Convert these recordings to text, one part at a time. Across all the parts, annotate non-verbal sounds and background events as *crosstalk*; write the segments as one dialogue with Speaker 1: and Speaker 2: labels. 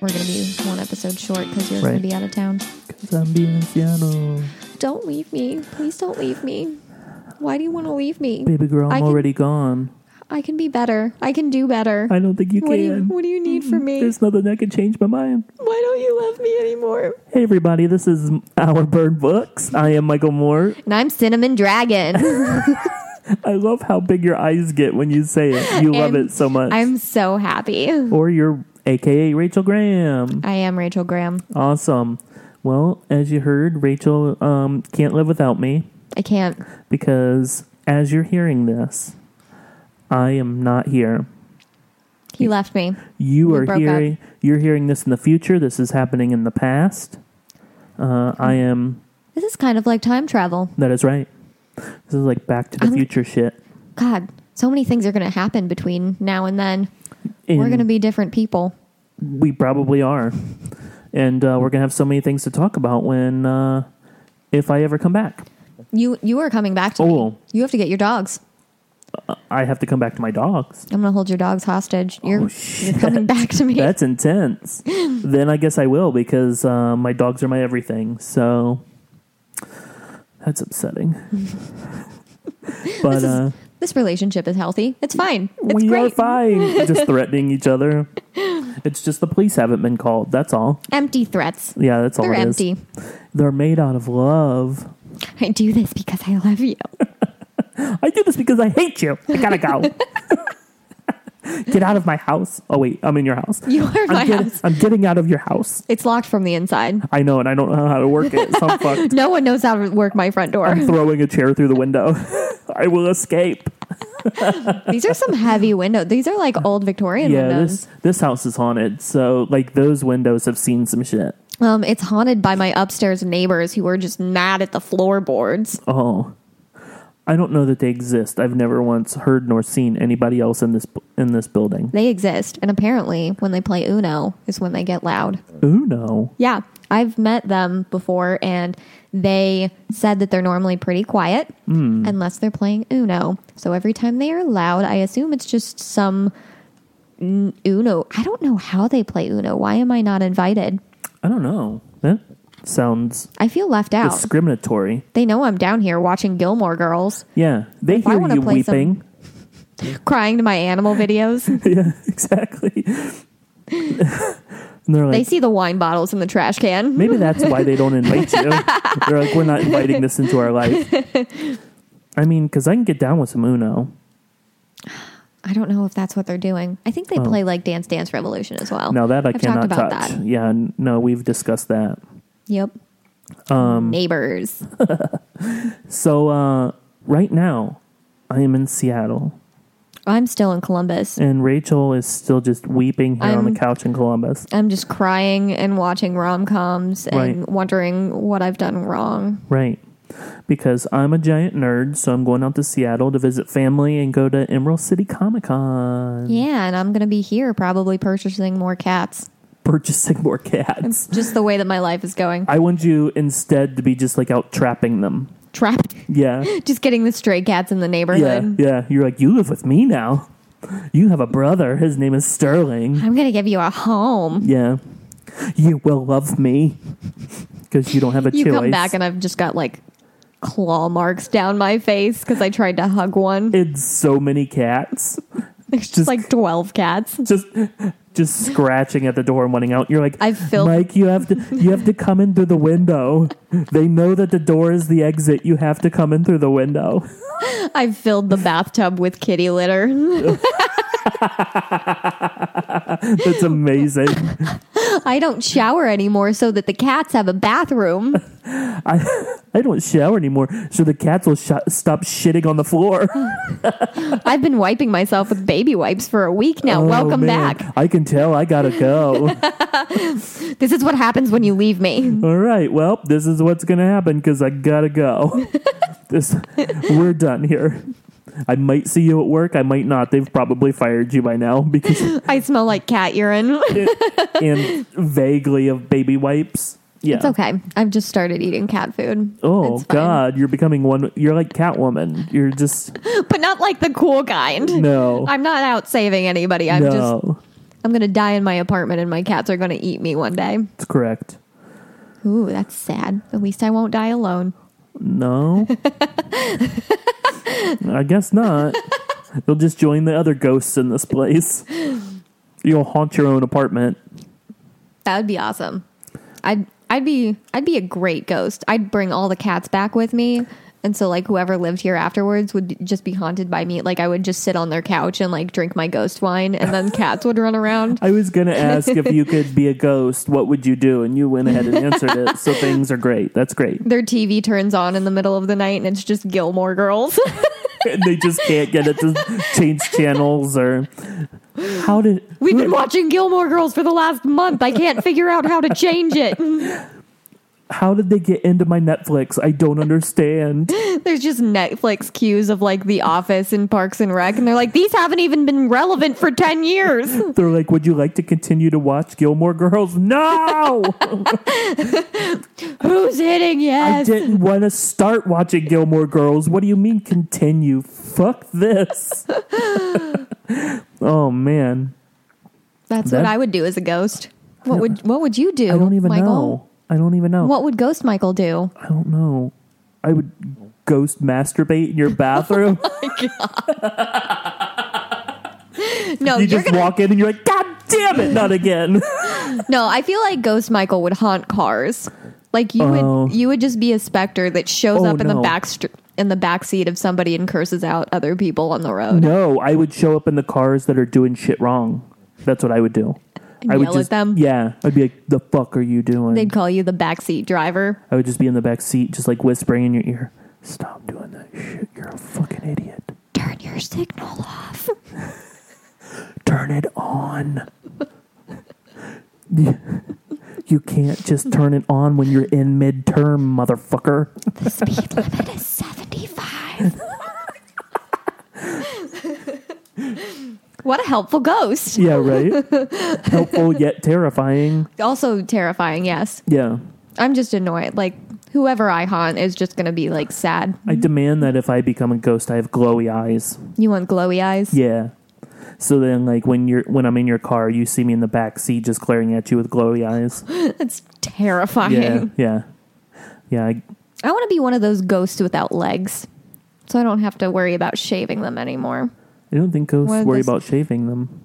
Speaker 1: We're going to be one episode short because you're
Speaker 2: Right.
Speaker 1: going to be out of town.
Speaker 2: Cause I'm being Seattle.
Speaker 1: Don't leave me. Please don't leave me. Why do you want to leave me?
Speaker 2: Baby girl,
Speaker 1: I
Speaker 2: I'm
Speaker 1: can-
Speaker 2: already gone.
Speaker 1: I can be better. I can do better.
Speaker 2: I don't think you
Speaker 1: what, do you,
Speaker 2: can.
Speaker 1: what do you need from me?
Speaker 2: There's nothing that can change my mind.
Speaker 1: Why don't you love me anymore?
Speaker 2: Hey, everybody, this is Our Burn Books. I am Michael Moore.
Speaker 1: And I'm Cinnamon
Speaker 2: *laughs*
Speaker 1: Dragon.
Speaker 2: I love how big your eyes get when you say it. You love
Speaker 1: And
Speaker 2: it so much.
Speaker 1: I'm so happy.
Speaker 2: or you're AKA Rachel Graham.
Speaker 1: I am Rachel Graham.
Speaker 2: Awesome. Well, as you heard, Rachel um, can't live without me
Speaker 1: I can't.
Speaker 2: because as you're hearing this, I am not here.
Speaker 1: He left me.
Speaker 2: You
Speaker 1: We
Speaker 2: are
Speaker 1: broke
Speaker 2: hearing. You're hearing this in the future. This is happening in the past. Uh, I am.
Speaker 1: This is kind of like time travel.
Speaker 2: That is right. This is like Back to the
Speaker 1: I'm-
Speaker 2: Future shit.
Speaker 1: God, so many things are going to happen between now and then. We're
Speaker 2: And
Speaker 1: going to be different people.
Speaker 2: We probably are, and uh, we're gonna have so many things to talk about when, uh, if I ever come back,
Speaker 1: You you are coming back to
Speaker 2: Oh.
Speaker 1: me. You have to get your dogs.
Speaker 2: I have to come back to my dogs.
Speaker 1: I'm going to hold your dogs hostage. You're,
Speaker 2: Oh, shit.
Speaker 1: you're coming back to me.
Speaker 2: That's intense. then I guess I will because uh, my dogs are my everything. So
Speaker 1: *laughs*
Speaker 2: that's upsetting. but
Speaker 1: *laughs* This is-
Speaker 2: uh,
Speaker 1: this relationship is healthy. It's fine. It's
Speaker 2: we
Speaker 1: great. *laughs*
Speaker 2: are fine. just threatening each other. It's just the police haven't been called. That's all.
Speaker 1: Empty threats.
Speaker 2: Yeah, that's all.
Speaker 1: They're
Speaker 2: it is.
Speaker 1: empty.
Speaker 2: They're made out of love.
Speaker 1: I do this because I love
Speaker 2: *laughs*
Speaker 1: you.
Speaker 2: I do this because I hate you. I
Speaker 1: *laughs*
Speaker 2: gotta go. Get out of my house. Oh wait, I'm in your house.
Speaker 1: You are my
Speaker 2: I'm, get-
Speaker 1: house.
Speaker 2: I'm getting out of your house.
Speaker 1: It's locked from the inside.
Speaker 2: I know, and I don't know how to work it. So
Speaker 1: *laughs*
Speaker 2: I'm fucked.
Speaker 1: No one knows how to work my front door.
Speaker 2: I'm throwing a chair through the window. *laughs* I will escape.
Speaker 1: These are some heavy windows. These are like old Victorian
Speaker 2: Yeah,
Speaker 1: windows.
Speaker 2: this this house is haunted. So like those windows have seen some shit.
Speaker 1: Um, it's haunted by my upstairs neighbors who are just mad at the floorboards.
Speaker 2: Oh. I don't know that they exist. I've never once heard nor seen anybody else in this in this building.
Speaker 1: They exist, and apparently, when they play Uno, is when they get loud.
Speaker 2: Ooh no.
Speaker 1: Yeah, I've met them before, and they said that they're normally pretty quiet
Speaker 2: Hmm.
Speaker 1: unless they're playing Uno. So every time they are loud, I assume it's just some n- Uno. I don't know how they play Uno. Why am I not invited?
Speaker 2: I don't know. That sounds
Speaker 1: I feel left out.
Speaker 2: discriminatory.
Speaker 1: they know I'm down here watching Gilmore Girls,
Speaker 2: Yeah. They
Speaker 1: I
Speaker 2: hear
Speaker 1: wanna
Speaker 2: you
Speaker 1: play some-
Speaker 2: weeping. *laughs*
Speaker 1: crying to my animal videos.
Speaker 2: yeah,
Speaker 1: *laughs*
Speaker 2: exactly. and they're like
Speaker 1: they see the wine bottles in the trash can.
Speaker 2: Maybe that's why they don't
Speaker 1: *laughs*
Speaker 2: invite you. They're like, we're not inviting this into our life. I mean, because I can get down with some Uno.
Speaker 1: I don't know if that's what they're doing. I think they play like Dance Dance Revolution as well.
Speaker 2: Oh. Now that I
Speaker 1: I've
Speaker 2: cannot
Speaker 1: talked about
Speaker 2: touch.
Speaker 1: that.
Speaker 2: Yeah, n- no, we've discussed that.
Speaker 1: Yep.
Speaker 2: Um,
Speaker 1: Neighbors.
Speaker 2: So uh, right now, I am in Seattle,
Speaker 1: I'm still in Columbus.
Speaker 2: and Rachel is still just weeping here on
Speaker 1: I'm-
Speaker 2: the couch in Columbus.
Speaker 1: I'm just crying and watching rom coms and
Speaker 2: Right. Mm-hmm.
Speaker 1: wondering what I've done wrong.
Speaker 2: Right. Because I'm a giant nerd, so I'm going out to Seattle to visit family and go to Emerald City Comic Con,
Speaker 1: Yeah, and I'm going to be here probably purchasing more cats.
Speaker 2: purchasing more cats.
Speaker 1: It's just the way that my life is going.
Speaker 2: I want you instead to be just like out trapping them.
Speaker 1: Trapped. *laughs* *gasps*
Speaker 2: Yeah.
Speaker 1: Just getting the stray cats in the
Speaker 2: Yeah,
Speaker 1: neighborhood.
Speaker 2: yeah. You're like, you live with me now. You have a brother. His name is Sterling.
Speaker 1: I'm going to give you a home.
Speaker 2: Yeah. You will love me *laughs* because you don't have a
Speaker 1: You
Speaker 2: choice.
Speaker 1: come back and I've just got like claw marks down my face because I tried to hug one.
Speaker 2: *laughs* it's so many cats
Speaker 1: There's just,
Speaker 2: just-
Speaker 1: like 12 cats.
Speaker 2: just just scratching at the door and wanting out. You're like,
Speaker 1: I've filled-
Speaker 2: Mike. You have to you have to come in through the window. They know that the door is the exit. You have to come in through the window. *laughs*
Speaker 1: I've filled the bathtub with kitty litter. *laughs*
Speaker 2: That's amazing.
Speaker 1: I don't shower anymore so that the cats have a bathroom.
Speaker 2: I I don't shower anymore, so the cats will sh- stop shitting on the floor.
Speaker 1: I've been wiping myself with baby wipes for a week now.
Speaker 2: Oh,
Speaker 1: Welcome
Speaker 2: man.
Speaker 1: back.
Speaker 2: I can tell I gotta go.
Speaker 1: This is what happens when you leave me.
Speaker 2: All right, well, this is what's gonna happen because I gotta go.
Speaker 1: *laughs*
Speaker 2: this, we're done here. I might see you at work. I might not. They've probably fired you by now because
Speaker 1: *laughs* I smell like cat urine.
Speaker 2: and vaguely of baby wipes.
Speaker 1: *laughs*
Speaker 2: Yeah.
Speaker 1: It's okay. I've just started eating cat food.
Speaker 2: Oh
Speaker 1: It's fine.
Speaker 2: God, you're becoming one. You're like Catwoman. You're just
Speaker 1: *laughs* But not like the cool kind.
Speaker 2: no,
Speaker 1: I'm not out saving anybody. I'm just
Speaker 2: no.
Speaker 1: I'm going to die in my apartment and my cats are going to eat me one day.
Speaker 2: That's correct.
Speaker 1: Ooh, that's sad. At least I won't die alone. *laughs*
Speaker 2: No. I guess not. You'll just join the other ghosts in
Speaker 1: *laughs*
Speaker 2: this place. You'll haunt your own apartment.
Speaker 1: That would be awesome. I'd I'd be I'd be a great ghost. I'd bring all the cats back with me. And so like whoever lived here afterwards would just be haunted by me. Like I would just sit on their couch and like drink my ghost wine and then cats would run around. *laughs*
Speaker 2: I was gonna ask if you could be a ghost, what would you do? And you went ahead and answered it. So things are great. That's great.
Speaker 1: Their TV turns on in the middle of the night and it's just Gilmore Girls. *laughs*
Speaker 2: And they just can't get it to change channels or how did
Speaker 1: We've been watching Gilmore Girls for the last month. I can't figure out how to change it. *laughs*
Speaker 2: how did they get into my Netflix? I don't understand.
Speaker 1: There's just Netflix cues of like The Office and Parks and Rec, and they're like, these haven't even been relevant for 10 years. *laughs*
Speaker 2: They're like, Would you like to continue to watch Gilmore Girls? No!
Speaker 1: Who's hitting
Speaker 2: I
Speaker 1: yes?
Speaker 2: didn't want to start watching Gilmore Girls. What do you mean continue? Fuck this.
Speaker 1: *laughs*
Speaker 2: oh man.
Speaker 1: That's
Speaker 2: That-
Speaker 1: what I would do as a ghost. What would what would you do?
Speaker 2: I don't even
Speaker 1: Michael?
Speaker 2: know. I don't even know.
Speaker 1: What would Ghost Michael
Speaker 2: *laughs*
Speaker 1: do?
Speaker 2: I don't know. I would ghost masturbate in your
Speaker 1: *laughs*
Speaker 2: bathroom.
Speaker 1: No,
Speaker 2: you
Speaker 1: you're
Speaker 2: just walk in and you're like, God damn it, not
Speaker 1: *laughs*
Speaker 2: again.
Speaker 1: gonna- no. I feel like Ghost Michael would haunt cars. Like you
Speaker 2: Oh.
Speaker 1: would you would just be a specter that shows
Speaker 2: Oh,
Speaker 1: up in
Speaker 2: no.
Speaker 1: the back str- in the back seat of somebody and curses out other people on the road.
Speaker 2: no, I would show up in the cars that are doing shit wrong. That's what I would do.
Speaker 1: And
Speaker 2: I would
Speaker 1: yell at
Speaker 2: just,
Speaker 1: them?
Speaker 2: Yeah. I'd be like, the fuck are you doing?
Speaker 1: They'd call you the backseat driver.
Speaker 2: I would just be in the back seat, just like whispering in your ear, stop doing that shit. You're a fucking idiot.
Speaker 1: Turn your signal off.
Speaker 2: turn it on. *laughs* you can't just turn it on when you're in midterm, motherfucker.
Speaker 1: The speed limit is 75. *laughs* what a helpful ghost.
Speaker 2: *laughs* Yeah, right? Helpful yet terrifying.
Speaker 1: Also terrifying, yes.
Speaker 2: Yeah.
Speaker 1: I'm just annoyed. Like, whoever I haunt is just going to be like sad.
Speaker 2: I demand that if I become a ghost, I have glowy eyes.
Speaker 1: You want glowy eyes?
Speaker 2: Yeah. So then, like when you're when I'm in your car, you see me in the back seat just glaring at you with glowy eyes.
Speaker 1: That's terrifying.
Speaker 2: Yeah, yeah, yeah. I,
Speaker 1: I want to be one of those ghosts without legs. So I don't have to worry about shaving them anymore.
Speaker 2: I don't think ghosts
Speaker 1: One of
Speaker 2: worry
Speaker 1: those-
Speaker 2: about shaving them.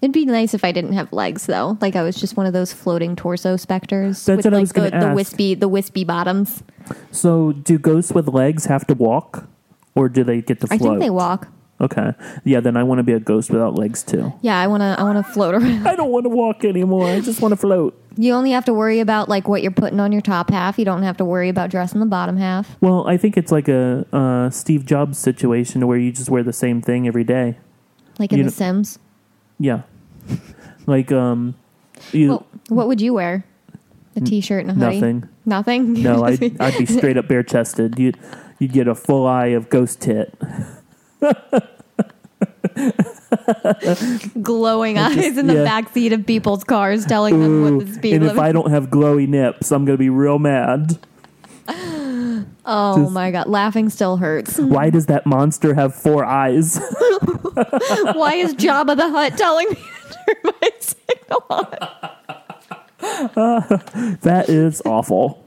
Speaker 1: It'd be nice if I didn't have legs, though. Like I was just one of those floating torso specters.
Speaker 2: That's
Speaker 1: with,
Speaker 2: what I
Speaker 1: like,
Speaker 2: was gonna
Speaker 1: the, the
Speaker 2: ask.
Speaker 1: wispy, the wispy bottoms.
Speaker 2: So, do ghosts with legs have to walk, or do they get to
Speaker 1: I
Speaker 2: float?
Speaker 1: think they walk.
Speaker 2: Okay. Yeah, then I want to be a ghost without legs too.
Speaker 1: Yeah, I wanna, I wanna float around. *laughs*
Speaker 2: *laughs* I don't want to walk anymore. I just want to float.
Speaker 1: You only have to worry about like what you're putting on your top half. You don't have to worry about dressing the bottom half.
Speaker 2: Well, I think it's like a uh, Steve Jobs situation where you just wear the same thing every day.
Speaker 1: Like in
Speaker 2: You
Speaker 1: The
Speaker 2: know-
Speaker 1: Sims.
Speaker 2: Yeah. *laughs* Like um you
Speaker 1: Well, what would you wear? A t-shirt and a hoodie.
Speaker 2: nothing.
Speaker 1: Nothing. *laughs*
Speaker 2: No, I would I'd be straight up bare chested. You you'd get a full eye of ghost tit.
Speaker 1: glowing eyes in
Speaker 2: yeah.
Speaker 1: the back seat of people's cars, telling them
Speaker 2: Ooh,
Speaker 1: what the speed
Speaker 2: and if
Speaker 1: limit.
Speaker 2: I don't have glowy nips, I'm going to be real mad.
Speaker 1: oh
Speaker 2: just-
Speaker 1: my god, laughing still hurts. *laughs*
Speaker 2: Why does that monster have four eyes? *laughs*
Speaker 1: Why is Jabba the Hutt telling me *laughs* to turn my signal on?
Speaker 2: that is awful.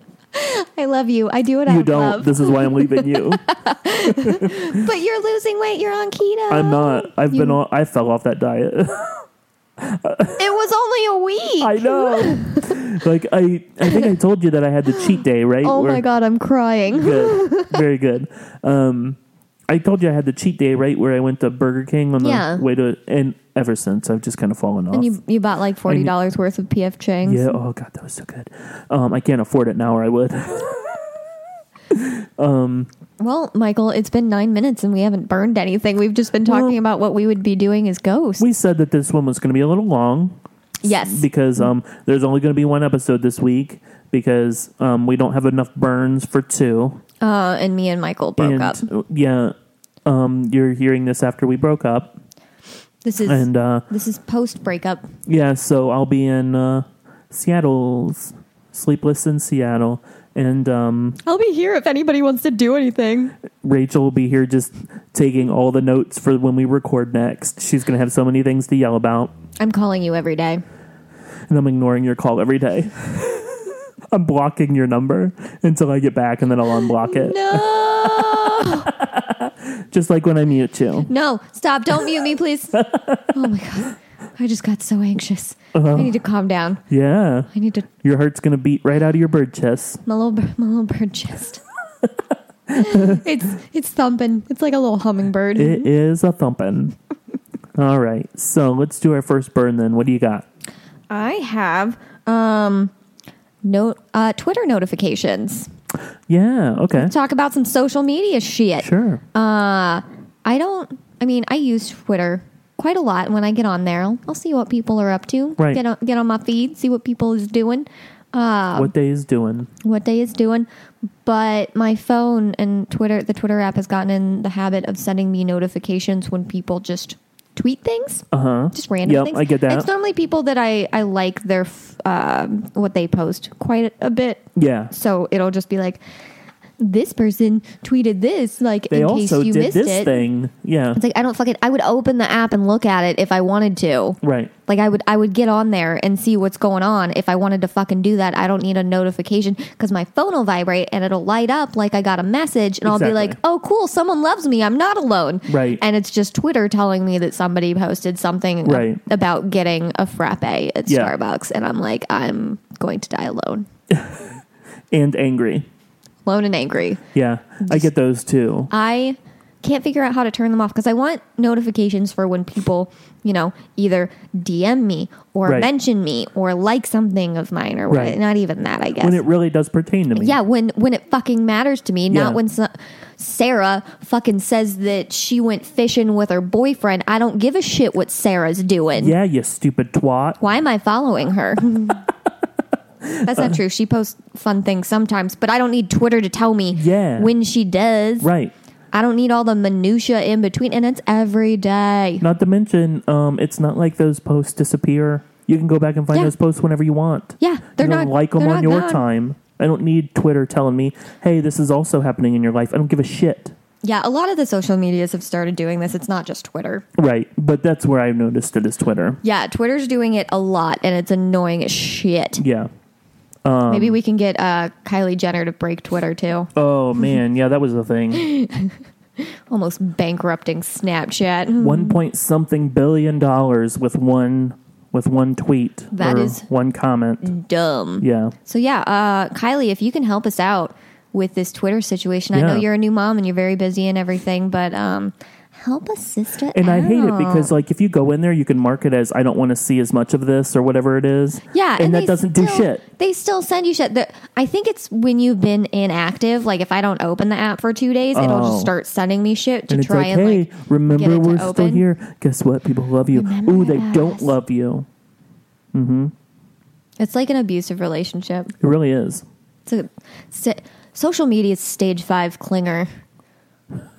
Speaker 1: I love you. I do what I
Speaker 2: You don't.
Speaker 1: love.
Speaker 2: This is why I'm leaving
Speaker 1: *laughs*
Speaker 2: you.
Speaker 1: but you're losing weight. You're on keto.
Speaker 2: I'm not. I've been
Speaker 1: You-
Speaker 2: on. I fell off that diet. *laughs*
Speaker 1: It was only a week.
Speaker 2: I
Speaker 1: *laughs*
Speaker 2: know. like I, I think I told you that I had the cheat day, right?
Speaker 1: oh
Speaker 2: Where-
Speaker 1: my god, I'm crying. *laughs*
Speaker 2: Good. Very good. Um, I told you I had the cheat day, right? Where I went to Burger King on the
Speaker 1: Yeah.
Speaker 2: way to, and ever since I've just kind of fallen off.
Speaker 1: And you you bought like forty dollars worth of PF Chang's.
Speaker 2: yeah. Oh god, that was so good. Um, I can't afford it now, or I would. *laughs*
Speaker 1: Well, Michael, it's been nine minutes and we haven't burned anything. We've just been talking
Speaker 2: Well-
Speaker 1: about what we would be doing as ghosts.
Speaker 2: we said that this one was going to be a little long.
Speaker 1: yes.
Speaker 2: because um, there's only going to be one episode this week because um, we don't have enough burns for two.
Speaker 1: uh, and me and Michael broke
Speaker 2: and uh,
Speaker 1: up.
Speaker 2: yeah, um, you're hearing this after we broke up,
Speaker 1: This is
Speaker 2: and uh,
Speaker 1: this is post breakup.
Speaker 2: yeah, so I'll be in uh, Seattle's Sleepless in Seattle, and um,
Speaker 1: I'll be here if anybody wants to do anything.
Speaker 2: Rachel will be here just taking all the notes for when we record next. She's going to have so many things to yell about,
Speaker 1: I'm calling you every day.
Speaker 2: and I'm ignoring your call every day. *laughs* I'm blocking your number until I get back, and then I'll unblock it.
Speaker 1: No,
Speaker 2: Just like when I mute you.
Speaker 1: *laughs* no, stop! Don't mute me, please. Oh my god, I just got so anxious. I need to calm down.
Speaker 2: Yeah.
Speaker 1: I need to
Speaker 2: Your heart's going to beat right out of your bird chest.
Speaker 1: my little bir- my little bird chest. *laughs* it's it's thumping. It's like a little hummingbird.
Speaker 2: It is a thumping. All right. So let's do our first burn then. What do you got?
Speaker 1: I have um no uh, Twitter notifications.
Speaker 2: Yeah. Okay.
Speaker 1: Talk about some social media shit.
Speaker 2: Sure.
Speaker 1: Uh, I don't. I mean, I use Twitter quite a lot. When I get on there, I'll, I'll see what people are up to.
Speaker 2: Right.
Speaker 1: Get on, get on my feed, see what people is doing, uh,
Speaker 2: what day is doing?
Speaker 1: what day is doing. But my phone and Twitter, the Twitter app has gotten in the habit of sending me notifications when people just tweet things,
Speaker 2: Uh huh.
Speaker 1: just random
Speaker 2: Yep,
Speaker 1: things.
Speaker 2: I get that.
Speaker 1: It's normally people that I I like their f- um what they post quite a bit.
Speaker 2: Yeah.
Speaker 1: So it'll just be like. This person tweeted this, like
Speaker 2: They
Speaker 1: in
Speaker 2: also
Speaker 1: case you
Speaker 2: did
Speaker 1: missed
Speaker 2: this
Speaker 1: it.
Speaker 2: thing. Yeah.
Speaker 1: It's like I don't fucking. I would open the app and look at it if I wanted to.
Speaker 2: Right.
Speaker 1: Like I would, I would get on there and see what's going on. If I wanted to fucking do that, I don't need a notification because my phone will vibrate and it'll light up like I got a message, and I'll be like,
Speaker 2: Exactly.
Speaker 1: "Oh, cool, someone loves me. I'm not alone."
Speaker 2: Right.
Speaker 1: And it's just Twitter telling me that somebody posted something
Speaker 2: Right.
Speaker 1: about getting a frappe at
Speaker 2: Yeah.
Speaker 1: Starbucks, and I'm like, I'm going to die alone,
Speaker 2: And angry.
Speaker 1: alone and angry.
Speaker 2: Yeah. I get those too.
Speaker 1: I can't figure out how to turn them off because I want notifications for when people, you know, either DM me or
Speaker 2: Right.
Speaker 1: mention me or like something of mine or what-
Speaker 2: Right.
Speaker 1: not even that, I guess.
Speaker 2: When it really does pertain to me.
Speaker 1: yeah, when when it fucking matters to me,
Speaker 2: Yeah.
Speaker 1: not when so- Sarah fucking says that she went fishing with her boyfriend. I don't give a shit what Sarah's doing.
Speaker 2: Yeah, you stupid twat.
Speaker 1: Why am I following her? That's
Speaker 2: Uh.
Speaker 1: not true. She posts fun things sometimes, but I don't need Twitter to tell me
Speaker 2: Yeah.
Speaker 1: when she does.
Speaker 2: Right.
Speaker 1: I don't need all the minutia in between, and it's every day.
Speaker 2: Not to mention, um, it's not like those posts disappear. You can go back and find
Speaker 1: Yeah.
Speaker 2: those posts whenever you want.
Speaker 1: Yeah, they're
Speaker 2: you
Speaker 1: not
Speaker 2: don't like them
Speaker 1: they're
Speaker 2: on
Speaker 1: not
Speaker 2: your
Speaker 1: gone.
Speaker 2: time. I don't need Twitter telling me, "Hey, this is also happening in your life." I don't give a shit.
Speaker 1: Yeah, a lot of the social medias have started doing this. It's not just Twitter.
Speaker 2: Right, but that's where I've noticed it is Twitter.
Speaker 1: Yeah, Twitter's doing it a lot, and it's annoying as shit.
Speaker 2: Yeah. Um,
Speaker 1: Maybe we can get uh, Kylie Jenner to break Twitter too.
Speaker 2: Oh man, yeah, that was the thing.
Speaker 1: Almost bankrupting Snapchat. *laughs*
Speaker 2: One point something billion dollars with one with one tweet
Speaker 1: That
Speaker 2: or
Speaker 1: is- Mm.
Speaker 2: one comment.
Speaker 1: Dumb.
Speaker 2: Yeah.
Speaker 1: So yeah, uh, Kylie, if you can help us out with this Twitter situation, I know
Speaker 2: Yeah.
Speaker 1: you're a new mom and you're very busy and everything, but um, help a sister.
Speaker 2: And I hate it
Speaker 1: out.
Speaker 2: because like if you go in there, you can mark it as I don't want to see as much of this or whatever it is.
Speaker 1: Yeah,
Speaker 2: and, that
Speaker 1: they
Speaker 2: doesn't do
Speaker 1: still-
Speaker 2: shit.
Speaker 1: They still send you shit. The, I think it's when you've been inactive. Like if I don't open the app for two days, it'll
Speaker 2: Oh.
Speaker 1: just start sending me shit to
Speaker 2: And it's
Speaker 1: try
Speaker 2: like,
Speaker 1: and
Speaker 2: hey,
Speaker 1: like. get
Speaker 2: remember
Speaker 1: it to
Speaker 2: we're still
Speaker 1: open?
Speaker 2: here. Guess what? People love you.
Speaker 1: Remember
Speaker 2: Ooh, they don't
Speaker 1: us.
Speaker 2: love you.
Speaker 1: It's like an abusive relationship.
Speaker 2: It really is.
Speaker 1: It's a, so- social media is stage five clinger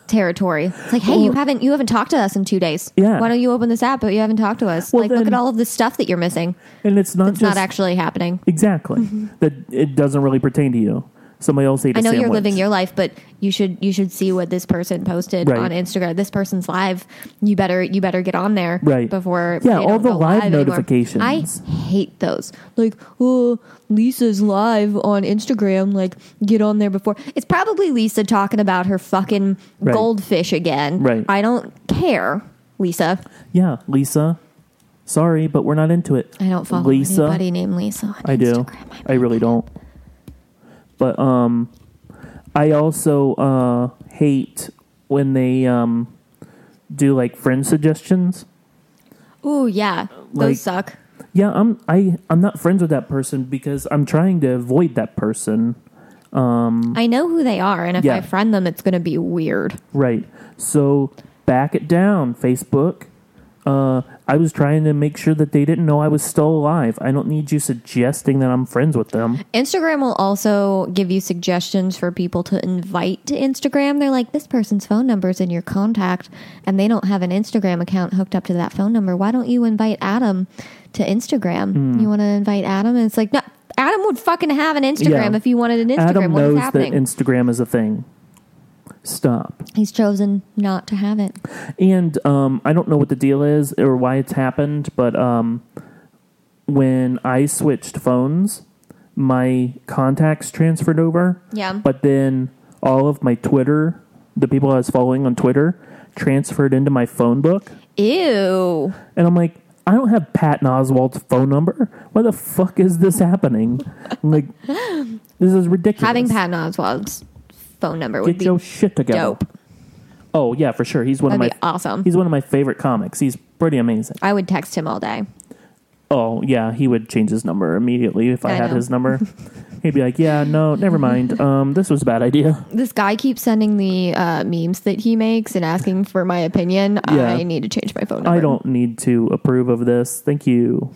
Speaker 1: territory. It's like, hey, you haven't you haven't talked to us in two days.
Speaker 2: Yeah.
Speaker 1: Why don't you open this app? But you haven't talked to us.
Speaker 2: Well,
Speaker 1: like,
Speaker 2: then-
Speaker 1: look at all of the stuff that you're missing.
Speaker 2: And it's not
Speaker 1: It's
Speaker 2: just
Speaker 1: not actually happening.
Speaker 2: exactly that. It doesn't really pertain to you. Somebody else ate.
Speaker 1: I know
Speaker 2: a sandwich.
Speaker 1: you're living your life, but you should you should see what this person posted
Speaker 2: Right.
Speaker 1: on Instagram. This person's live. You better you better get on there
Speaker 2: Right.
Speaker 1: before
Speaker 2: Yeah,
Speaker 1: they
Speaker 2: all
Speaker 1: don't
Speaker 2: the
Speaker 1: go
Speaker 2: live
Speaker 1: anymore.
Speaker 2: notifications.
Speaker 1: I hate those. Like, oh, Lisa's live on Instagram. Like, get on there before. It's probably Lisa talking about her fucking
Speaker 2: Right.
Speaker 1: goldfish again.
Speaker 2: Right.
Speaker 1: I don't care, Lisa.
Speaker 2: Yeah, Lisa. Sorry, but we're not into it.
Speaker 1: I don't follow
Speaker 2: Lisa.
Speaker 1: anybody named Lisa. On
Speaker 2: I do.
Speaker 1: Instagram. I'm-
Speaker 2: I really don't. But um, I also uh hate when they um do like friend suggestions.
Speaker 1: Ooh, yeah,
Speaker 2: Like-
Speaker 1: those suck.
Speaker 2: Yeah, I'm I I'm not friends with that person because I'm trying to avoid that person.
Speaker 1: I know who they are, and if
Speaker 2: Yeah.
Speaker 1: I friend them, it's going to be weird.
Speaker 2: Right. So back it down, Facebook. Uh, I was trying to make sure that they didn't know I was still alive. I don't need you suggesting that I'm friends with them.
Speaker 1: Instagram will also give you suggestions for people to invite to Instagram. They're like, this person's phone number is in your contact, and they don't have an Instagram account hooked up to that phone number. Why don't you invite Adam to Instagram?
Speaker 2: Hmm.
Speaker 1: You want to invite Adam? And it's like, no, Adam would fucking have an Instagram
Speaker 2: Yeah.
Speaker 1: if you wanted an Instagram.
Speaker 2: Adam
Speaker 1: what is
Speaker 2: knows that
Speaker 1: happening?
Speaker 2: Instagram is a thing. Stop.
Speaker 1: He's chosen not to have it.
Speaker 2: And um, I don't know what the deal is or why it's happened, but um, when I switched phones, my contacts transferred over.
Speaker 1: Yeah.
Speaker 2: But then all of my Twitter, the people I was following on Twitter, transferred into my phone book.
Speaker 1: Ew.
Speaker 2: And I'm like, I don't have Patton Oswald's phone number. Why the fuck is this happening? I'm like, *laughs* this is ridiculous.
Speaker 1: Having Patton Oswald's phone number would
Speaker 2: Get
Speaker 1: be
Speaker 2: your shit together.
Speaker 1: dope.
Speaker 2: Oh yeah, for sure. He's one
Speaker 1: That'd be
Speaker 2: of my
Speaker 1: awesome.
Speaker 2: he's one of my favorite comics. He's pretty amazing.
Speaker 1: I would text him all day.
Speaker 2: Oh yeah, he would change his number immediately if I,
Speaker 1: I
Speaker 2: had
Speaker 1: know.
Speaker 2: his number. He'd be like, "Yeah, no, never mind. Um, this was a bad idea."
Speaker 1: This guy keeps sending the uh, memes that he makes and asking for my opinion.
Speaker 2: Yeah.
Speaker 1: I need to change my phone number.
Speaker 2: I don't need to approve of this. Thank you.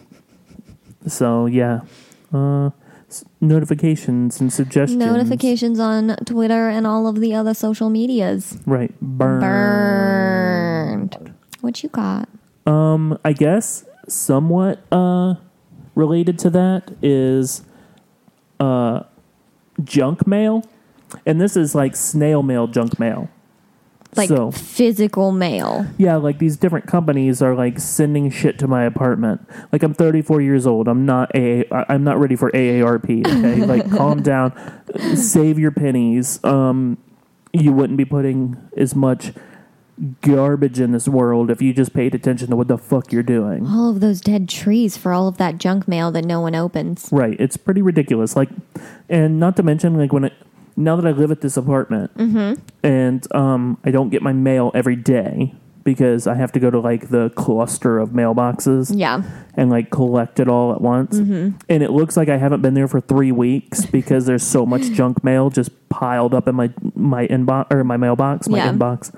Speaker 2: So yeah, uh, s- notifications and suggestions.
Speaker 1: Notifications on Twitter and all of the other social medias.
Speaker 2: Right. Burn.
Speaker 1: Burned. What you got?
Speaker 2: Um, I guess somewhat uh related to that is uh junk mail. And this is like snail mail junk mail.
Speaker 1: Like
Speaker 2: so
Speaker 1: physical mail.
Speaker 2: yeah, like these different companies are like sending shit to my apartment. Like I'm 34 years old. I'm not a I'm not ready for AARP. Okay, like calm down, save your pennies. Um, you wouldn't be putting as much garbage in this world if you just paid attention to what the fuck
Speaker 1: *gasps*
Speaker 2: you're doing.
Speaker 1: All of those dead trees for all of that junk mail that no one opens.
Speaker 2: Right. It's pretty ridiculous. Like, and not to mention like when it now that I live at this apartment and um, I don't get my mail every day because I have to go to like the cluster of mailboxes.
Speaker 1: Yeah.
Speaker 2: and like collect it all at once. And it looks like I haven't been there for three weeks *laughs* because there's so much junk mail just piled up in my my inbox or my mailbox, my
Speaker 1: Yeah.
Speaker 2: inbox.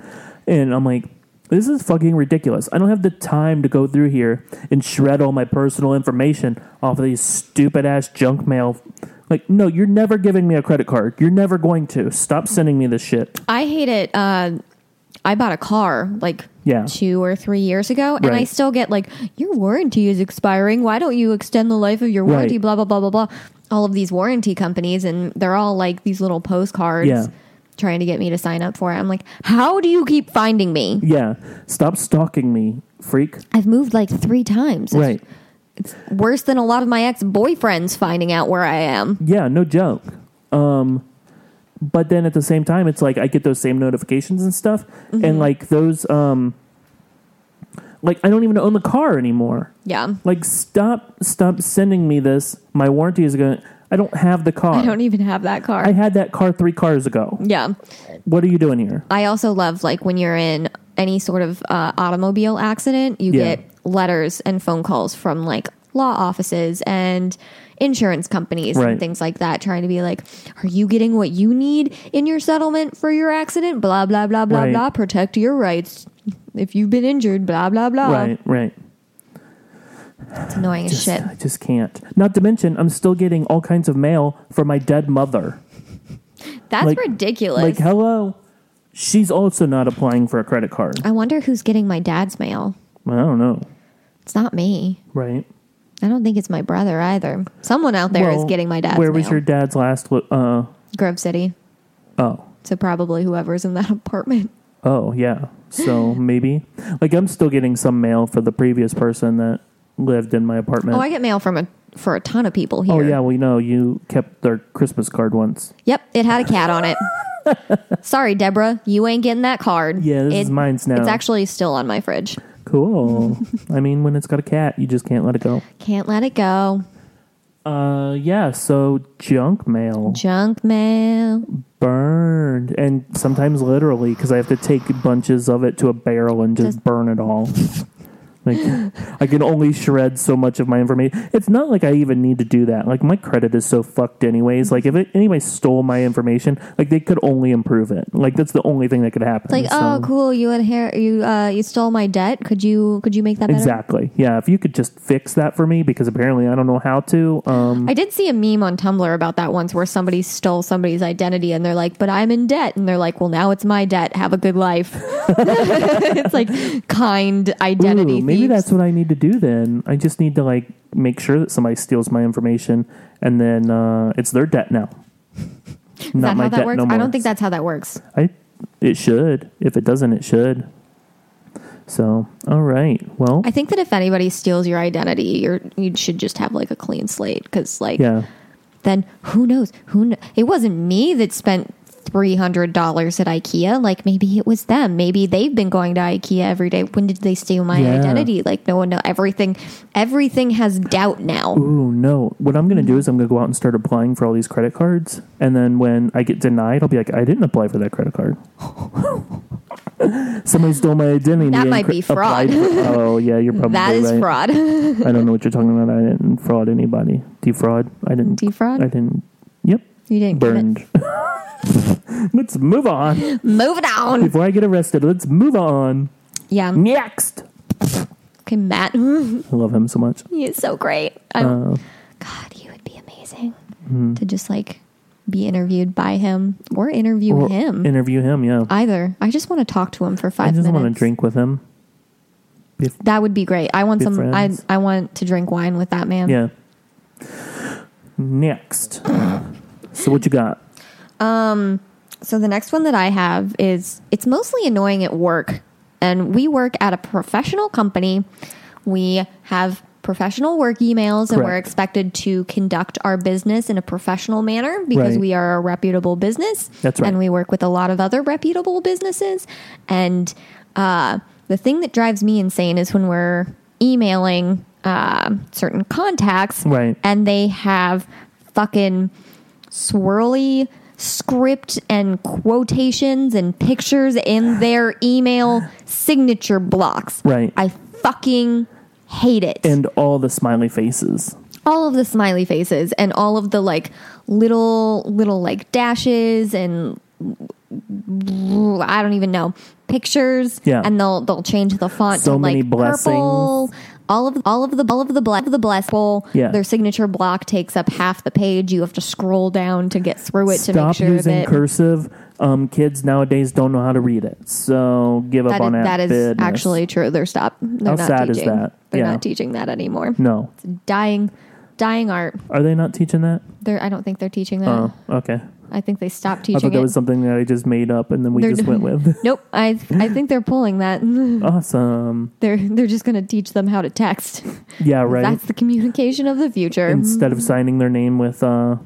Speaker 2: And I'm like, this is fucking ridiculous. I don't have the time to go through here and shred all my personal information off of these stupid ass junk mail. Like, no, you're never giving me a credit card. You're never going to. Stop sending me this shit.
Speaker 1: I hate it. Uh, I bought a car like
Speaker 2: Yeah.
Speaker 1: two or three years ago, and I
Speaker 2: Right.
Speaker 1: still get like, your warranty is expiring. Why don't you extend the life of your warranty?
Speaker 2: Right.
Speaker 1: Blah, blah, blah, blah, blah. All of these warranty companies, and they're all like these little postcards
Speaker 2: Yeah.
Speaker 1: trying to get me to sign up for it. I'm like, how do you keep finding me?
Speaker 2: Yeah. Stop stalking me, freak.
Speaker 1: I've moved like three times. It's
Speaker 2: Right.
Speaker 1: Worse than a lot of my ex boyfriends finding out where I am.
Speaker 2: Yeah, no joke. Um, but then at the same time, it's like I get those same notifications and stuff, and
Speaker 1: Mm-hmm.
Speaker 2: like those, um, like I don't even own the car anymore.
Speaker 1: Yeah.
Speaker 2: Like, stop, stop sending me this. My warranty is going. to I don't have the car.
Speaker 1: I don't even have that car.
Speaker 2: I had that car three cars ago.
Speaker 1: yeah.
Speaker 2: What are you doing here?
Speaker 1: I also love like when you're in any sort of uh, automobile accident, you
Speaker 2: Yeah.
Speaker 1: get letters and phone calls from like law offices and insurance companies
Speaker 2: Right.
Speaker 1: and things like that, trying to be like, "Are you getting what you need in your settlement for your accident?" Blah blah blah blah
Speaker 2: Right.
Speaker 1: blah. Protect your rights if you've been injured. Blah blah blah.
Speaker 2: right, right.
Speaker 1: It's annoying as
Speaker 2: Just-
Speaker 1: shit.
Speaker 2: I just can't. Not to mention, I'm still getting all kinds of mail from my dead mother.
Speaker 1: That's
Speaker 2: like-
Speaker 1: ridiculous.
Speaker 2: Like, hello. She's also not applying for a credit card.
Speaker 1: I wonder who's getting my dad's mail.
Speaker 2: I don't know.
Speaker 1: It's not me.
Speaker 2: Right.
Speaker 1: I don't think it's my brother either. Someone out there is
Speaker 2: Well,
Speaker 1: getting my dad's
Speaker 2: Where
Speaker 1: mail.
Speaker 2: was your dad's last? Lo- uh,
Speaker 1: Grove City?
Speaker 2: oh,
Speaker 1: So probably whoever's in that *laughs* apartment.
Speaker 2: oh, yeah.
Speaker 1: *laughs*
Speaker 2: So maybe like I'm still getting some mail for the previous person that lived in my apartment.
Speaker 1: Oh, I get mail from a for a ton of people here.
Speaker 2: Oh, yeah, we know you kept their Christmas card once.
Speaker 1: Yep, it had a cat
Speaker 2: *laughs*
Speaker 1: on it. Sorry, Deborah, you ain't getting that card.
Speaker 2: Yeah, this
Speaker 1: It-
Speaker 2: is mine's now.
Speaker 1: It's actually still on my fridge. *laughs*
Speaker 2: cool. I mean, when it's got a cat, you just can't let it go.
Speaker 1: Can't let it go.
Speaker 2: Uh, yeah. So junk mail
Speaker 1: Junk mail.
Speaker 2: burned, and sometimes literally because I have to take bunches of it to a barrel and just,
Speaker 1: Just-
Speaker 2: burn it all. like I can only shred so much of my information. It's not like I even need to do that. Like my credit is so fucked anyways. Like if it, anybody stole my information, like they could only improve it. Like that's the only thing that could happen.
Speaker 1: It's like, oh,
Speaker 2: So-
Speaker 1: cool. You inher- you uh, you stole my debt. Could you could you make that better?
Speaker 2: Exactly. Yeah. If you could just fix that for me, because apparently I don't know how to. Um,
Speaker 1: I did see a meme on Tumblr about that once where somebody stole somebody's identity and they're like, but I'm in debt. And they're like, well, now it's my debt. Have a good life. *laughs* it's like kind identity.
Speaker 2: Ooh, maybe
Speaker 1: thieves.
Speaker 2: that's what I need to do then. I just need to like make sure that somebody steals my information and then uh, it's their debt now.
Speaker 1: *laughs* Is
Speaker 2: Not
Speaker 1: that
Speaker 2: my
Speaker 1: how that
Speaker 2: debt
Speaker 1: works?
Speaker 2: no more.
Speaker 1: I don't think that's how that works.
Speaker 2: I It should. If it doesn't, it should. So, all right. Well,
Speaker 1: I think that if anybody steals your identity, you're you should just have like a clean slate because like
Speaker 2: yeah.
Speaker 1: then who knows? Who kn- it wasn't me that spent three hundred dollars at IKEA. Like maybe it was them. Maybe they've been going to IKEA every day. When did they steal my
Speaker 2: Yeah.
Speaker 1: identity? Like no one know. Everything everything has doubt now.
Speaker 2: Ooh, no. What I'm going to do is I'm going to go out and start applying for all these credit cards. And then when I get denied, I'll be like, I didn't apply for that
Speaker 1: *laughs*
Speaker 2: credit card. Somebody stole my identity.
Speaker 1: That
Speaker 2: and
Speaker 1: might
Speaker 2: cre-
Speaker 1: be fraud.
Speaker 2: applied for-
Speaker 1: *laughs*
Speaker 2: oh, yeah, you're probably
Speaker 1: That is
Speaker 2: right.
Speaker 1: fraud. *laughs*
Speaker 2: I don't know what you're talking about. I didn't fraud anybody. Defraud. I didn't.
Speaker 1: Defraud?
Speaker 2: I didn't. Yep.
Speaker 1: you didn't commit.
Speaker 2: Burned. *laughs* let's move on.
Speaker 1: Moving on.
Speaker 2: Before I get arrested, let's move on.
Speaker 1: Yeah.
Speaker 2: Next.
Speaker 1: Okay, Matt. *laughs*
Speaker 2: I love him so much.
Speaker 1: He is so great. I don't,
Speaker 2: Uh, Hmm.
Speaker 1: God, he would be amazing to just like be interviewed by him or interview
Speaker 2: or
Speaker 1: him.
Speaker 2: Interview him, yeah.
Speaker 1: Either. I just want to talk to him for five
Speaker 2: I just
Speaker 1: minutes.
Speaker 2: want to drink with him. If-
Speaker 1: That would be great. I want
Speaker 2: Be
Speaker 1: some.
Speaker 2: friends.
Speaker 1: I I want to drink wine with that man.
Speaker 2: Yeah. Next. so what you got?
Speaker 1: So the next one that I have is it's mostly annoying at work, and we work at a professional company. We have professional work emails, and we're
Speaker 2: Correct.
Speaker 1: expected to conduct our business in a professional manner because
Speaker 2: Right.
Speaker 1: we are a reputable business.
Speaker 2: That's right.
Speaker 1: And we work with a lot of other reputable businesses. And uh, the thing that drives me insane is when we're emailing uh, certain contacts,
Speaker 2: Right.
Speaker 1: and they have fucking swirly script and quotations and pictures in
Speaker 2: *sighs*
Speaker 1: their email signature blocks.
Speaker 2: Right.
Speaker 1: I fucking hate it.
Speaker 2: and all the smiley faces.
Speaker 1: all of the smiley faces and all of the like little little like dashes and I don't even know pictures
Speaker 2: Yeah.
Speaker 1: and they'll they'll change the font
Speaker 2: So
Speaker 1: to like
Speaker 2: many blessings.
Speaker 1: purple all of all of the all of the ble- the bless bowl
Speaker 2: Yeah.
Speaker 1: their signature block takes up half the page you have to scroll down to get through it to make
Speaker 2: Stop
Speaker 1: sure
Speaker 2: using
Speaker 1: that
Speaker 2: cursive. Um, kids nowadays don't know how to read it, so give up
Speaker 1: that is,
Speaker 2: on
Speaker 1: that is
Speaker 2: business.
Speaker 1: actually true they're stop they're
Speaker 2: How
Speaker 1: not
Speaker 2: sad is
Speaker 1: teaching
Speaker 2: that?
Speaker 1: they're
Speaker 2: Yeah.
Speaker 1: not teaching that anymore
Speaker 2: no.
Speaker 1: dying dying art
Speaker 2: Are they not teaching that?
Speaker 1: they're, I don't think they're teaching that
Speaker 2: Oh, okay.
Speaker 1: I think they stopped
Speaker 2: I
Speaker 1: teaching
Speaker 2: thought that
Speaker 1: it.
Speaker 2: was something that I just made up and then we
Speaker 1: They're
Speaker 2: just
Speaker 1: doing-
Speaker 2: went with.
Speaker 1: *laughs* Nope, I I think they're pulling
Speaker 2: *laughs*
Speaker 1: that. *laughs*
Speaker 2: awesome.
Speaker 1: They're they're just going to teach them how to text.
Speaker 2: Yeah, right.
Speaker 1: That's the communication of the future.
Speaker 2: Instead of signing their name with uh,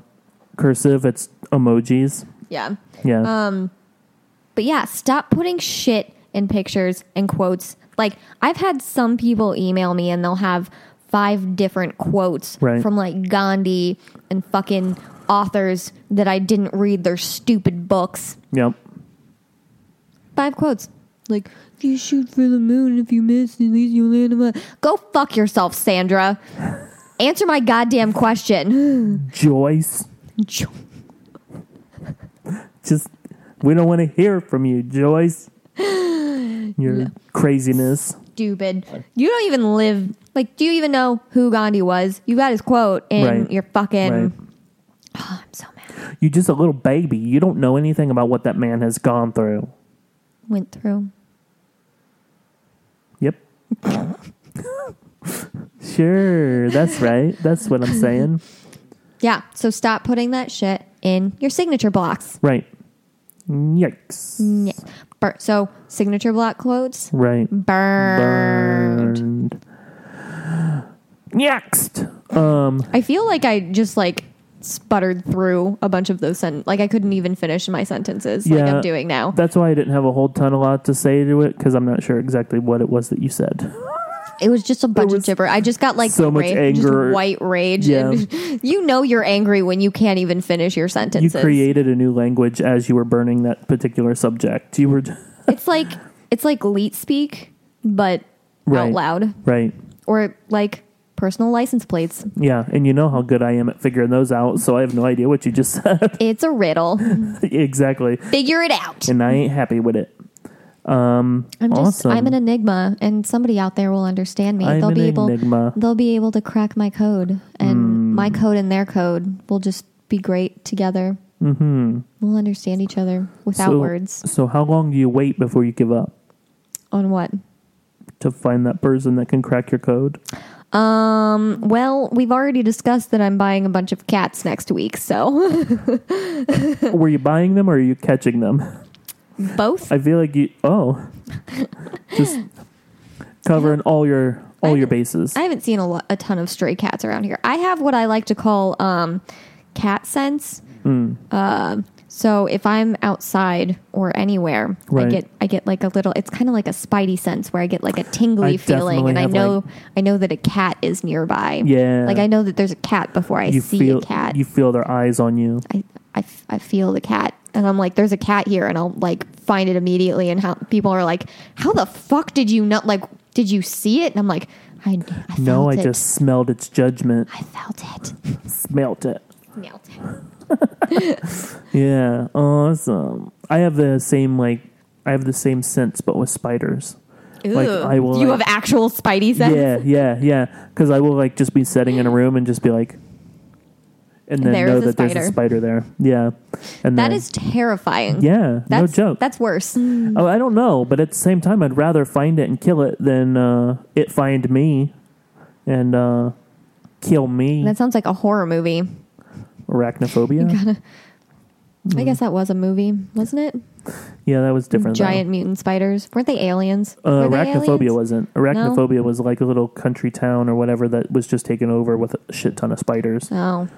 Speaker 2: cursive, it's emojis.
Speaker 1: yeah. Uh. Um,
Speaker 2: Yeah.
Speaker 1: But yeah, stop putting shit in pictures and quotes. Like I've had some people email me and they'll have five different quotes
Speaker 2: Right.
Speaker 1: from like Gandhi and fucking authors that I didn't read their stupid books.
Speaker 2: yep.
Speaker 1: Five quotes. Like, if you shoot for the moon, if you miss, at least you land on the. Go fuck yourself, Sandra. Answer my goddamn
Speaker 2: *gasps*
Speaker 1: question.
Speaker 2: Joyce.
Speaker 1: Jo-
Speaker 2: just we don't want to hear from
Speaker 1: *gasps*
Speaker 2: you, Joyce. Your craziness.
Speaker 1: Stupid. You don't even live. Like, do you even know who Gandhi was? You got his quote in
Speaker 2: Right.
Speaker 1: your fucking.
Speaker 2: Right.
Speaker 1: Oh, I'm so mad.
Speaker 2: You're just a little baby. You don't know anything about what that man has gone through.
Speaker 1: Went through. *laughs*
Speaker 2: Yep. sure, that's right. That's what I'm saying.
Speaker 1: Yeah, so stop putting that shit in your signature blocks.
Speaker 2: Right. Yikes.
Speaker 1: Yeah. Bur- so, signature block quotes.
Speaker 2: Right.
Speaker 1: Burned.
Speaker 2: Burned. Next. Um.
Speaker 1: I feel like I just like sputtered through a bunch of those sentences. Like I couldn't even finish my sentences like
Speaker 2: Yeah.
Speaker 1: I'm doing now.
Speaker 2: That's why I didn't have a whole ton of lot to say to it because I'm not sure exactly what it was that you said.
Speaker 1: it was just a bunch
Speaker 2: was
Speaker 1: of gibber. I just got like
Speaker 2: so much
Speaker 1: ra-
Speaker 2: anger.
Speaker 1: just white rage.
Speaker 2: Yeah.
Speaker 1: And *laughs* you know you're angry when you can't even finish your
Speaker 2: you
Speaker 1: sentences.
Speaker 2: created a new language as you were burning that particular subject. You were
Speaker 1: it's like it's like leet speak, but
Speaker 2: Right.
Speaker 1: out loud.
Speaker 2: right,
Speaker 1: Or like personal license plates.
Speaker 2: yeah. And you know how good I am at figuring those out, so I have no idea what you just *laughs* said
Speaker 1: It's a
Speaker 2: *laughs*
Speaker 1: riddle.
Speaker 2: exactly,
Speaker 1: Figure it out.
Speaker 2: and I ain't happy with it.
Speaker 1: I'm just
Speaker 2: Awesome.
Speaker 1: I'm an enigma and somebody out there will understand me.
Speaker 2: I'm
Speaker 1: they'll
Speaker 2: an
Speaker 1: be able
Speaker 2: enigma.
Speaker 1: they'll be able to crack my code and my code and their code will just be great together. Mhm. We'll understand each other without
Speaker 2: so,
Speaker 1: words
Speaker 2: So how long do you wait before you give up
Speaker 1: on what?
Speaker 2: to find that person that can crack your code?
Speaker 1: Um, Well, we've already discussed that I'm buying a bunch of cats next week, so *laughs*
Speaker 2: were you buying them or are you catching them?
Speaker 1: Both.
Speaker 2: I feel like you.
Speaker 1: *laughs*
Speaker 2: Oh, just covering all your all your bases.
Speaker 1: I haven't seen a, lo- a ton of stray cats around here. I have what I like to call um, cat sense.
Speaker 2: Hmm.
Speaker 1: Um, so if I'm outside or anywhere, I
Speaker 2: Right.
Speaker 1: get I get like a little. It's kind of like a spidey sense where I get like a tingly
Speaker 2: I
Speaker 1: feeling,
Speaker 2: definitely
Speaker 1: and I
Speaker 2: have,
Speaker 1: know
Speaker 2: like-
Speaker 1: I know that a cat is nearby.
Speaker 2: Yeah.
Speaker 1: like I know that there's a cat before I
Speaker 2: you
Speaker 1: see
Speaker 2: feel
Speaker 1: a cat.
Speaker 2: you feel their eyes on you.
Speaker 1: I, I f- I feel the cat, and I'm like, there's a cat here, and I'll like find it immediately. And how people are like, how the fuck did you not like? Did you see it? And I'm like, I, I
Speaker 2: No, I
Speaker 1: felt it.
Speaker 2: just smelled its judgment.
Speaker 1: I felt it.
Speaker 2: Smelt it.
Speaker 1: Nailed it.
Speaker 2: Yeah, awesome. I have the same like I have the same sense, but with spiders. Like
Speaker 1: Ew.
Speaker 2: I will.
Speaker 1: you
Speaker 2: like-
Speaker 1: have actual Spidey sense.
Speaker 2: yeah, yeah, yeah. Because I will like just be sitting in a room and just be like, and then
Speaker 1: There
Speaker 2: know
Speaker 1: is a
Speaker 2: that there's a spider there. Yeah, and
Speaker 1: That
Speaker 2: then-
Speaker 1: is terrifying.
Speaker 2: yeah, no
Speaker 1: That's,
Speaker 2: joke.
Speaker 1: That's worse.
Speaker 2: Oh, I don't know, but at the same time, I'd rather find it and kill it than uh, it find me and uh, kill me.
Speaker 1: That sounds like a horror movie. *laughs*
Speaker 2: Arachnophobia.
Speaker 1: I guess that was a movie, wasn't it?
Speaker 2: yeah, that was Mm. different. though.
Speaker 1: Giant mutant spiders. Weren't they aliens? Were
Speaker 2: Uh,
Speaker 1: they
Speaker 2: arachnophobia
Speaker 1: aliens?
Speaker 2: wasn't. Arachnophobia was like a little country town or whatever that was just taken over with a shit ton of spiders.
Speaker 1: Oh.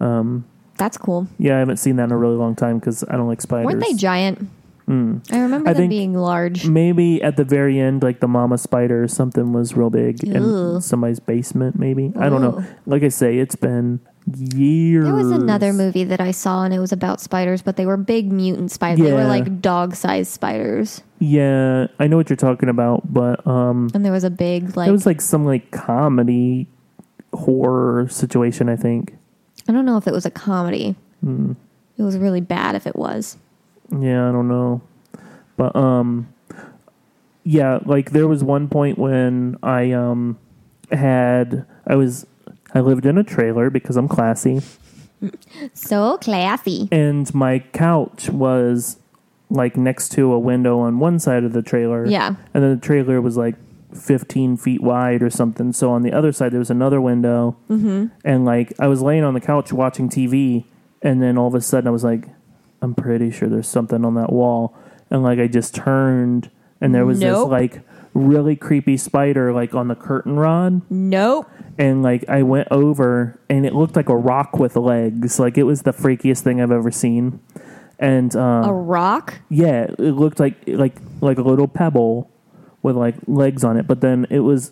Speaker 2: Um,
Speaker 1: that's cool.
Speaker 2: Yeah, I haven't seen that in a really long time because I don't like spiders.
Speaker 1: Weren't they giant? I remember
Speaker 2: I
Speaker 1: them
Speaker 2: think-
Speaker 1: being large.
Speaker 2: maybe at the very end, like the mama spider or something was real big
Speaker 1: Ew.
Speaker 2: in somebody's basement. Maybe I don't
Speaker 1: Ooh.
Speaker 2: know. Like I say, it's been years.
Speaker 1: There was another movie that I saw, and it was about spiders, but they were big mutant spiders. They were
Speaker 2: Yeah.
Speaker 1: like dog-sized spiders,
Speaker 2: Yeah, I know what you're talking about, but um,
Speaker 1: and there was a big like
Speaker 2: it was like some like comedy horror situation. I think.
Speaker 1: I don't know if it was a comedy.
Speaker 2: Hmm.
Speaker 1: It was really bad if it was.
Speaker 2: Yeah, I don't know. But um yeah, like there was one point when I um had I was I lived in a trailer because I'm classy
Speaker 1: So classy.
Speaker 2: and my couch was like next to a window on one side of the trailer.
Speaker 1: Yeah.
Speaker 2: And then the trailer was like 15 feet wide or something. So on the other side, there was another window. Mm-hmm. And like I was laying on the couch watching TV. And then all of a sudden, I was like, I'm pretty sure there's something on that wall. And like I just turned and there was
Speaker 1: Nope.
Speaker 2: this like really creepy spider like on the curtain rod
Speaker 1: Nope.
Speaker 2: and like I went over and it looked like a rock with legs. Like it was the freakiest thing I've ever seen. And
Speaker 1: A
Speaker 2: uh,
Speaker 1: rock?
Speaker 2: yeah, it looked like like like a little pebble with like legs on it, but then it was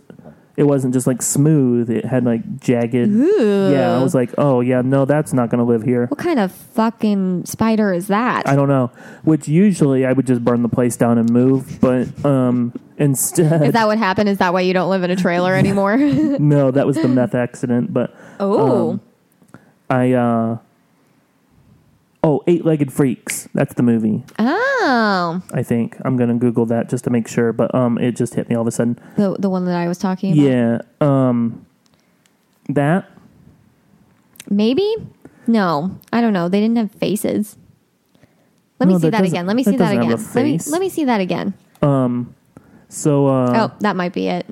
Speaker 2: it wasn't just like smooth. It had like jagged. Yeah, I was like, "Oh, yeah, no, that's not going to live here."
Speaker 1: What kind of fucking spider is that?
Speaker 2: I don't know. Which usually I would just burn the place down and move, but um
Speaker 1: is
Speaker 2: instead
Speaker 1: that what happened? Is that why you don't live in a trailer anymore?
Speaker 2: *laughs* no, that was the meth accident, but
Speaker 1: *laughs* oh.
Speaker 2: Um, I uh Oh, Eight-Legged Freaks. That's the movie.
Speaker 1: oh.
Speaker 2: I think I'm gonna Google that just to make sure, but um, it just hit me all of a sudden.
Speaker 1: The the one that I was talking about.
Speaker 2: Yeah, um, that
Speaker 1: Maybe? No. I don't know. They didn't have faces. Let me
Speaker 2: No,
Speaker 1: see
Speaker 2: that
Speaker 1: that,
Speaker 2: doesn't-
Speaker 1: again. Let me
Speaker 2: that
Speaker 1: see that,
Speaker 2: doesn't
Speaker 1: again.
Speaker 2: have a
Speaker 1: Let me
Speaker 2: face.
Speaker 1: let me see that again.
Speaker 2: um, so uh,
Speaker 1: oh, that might be it.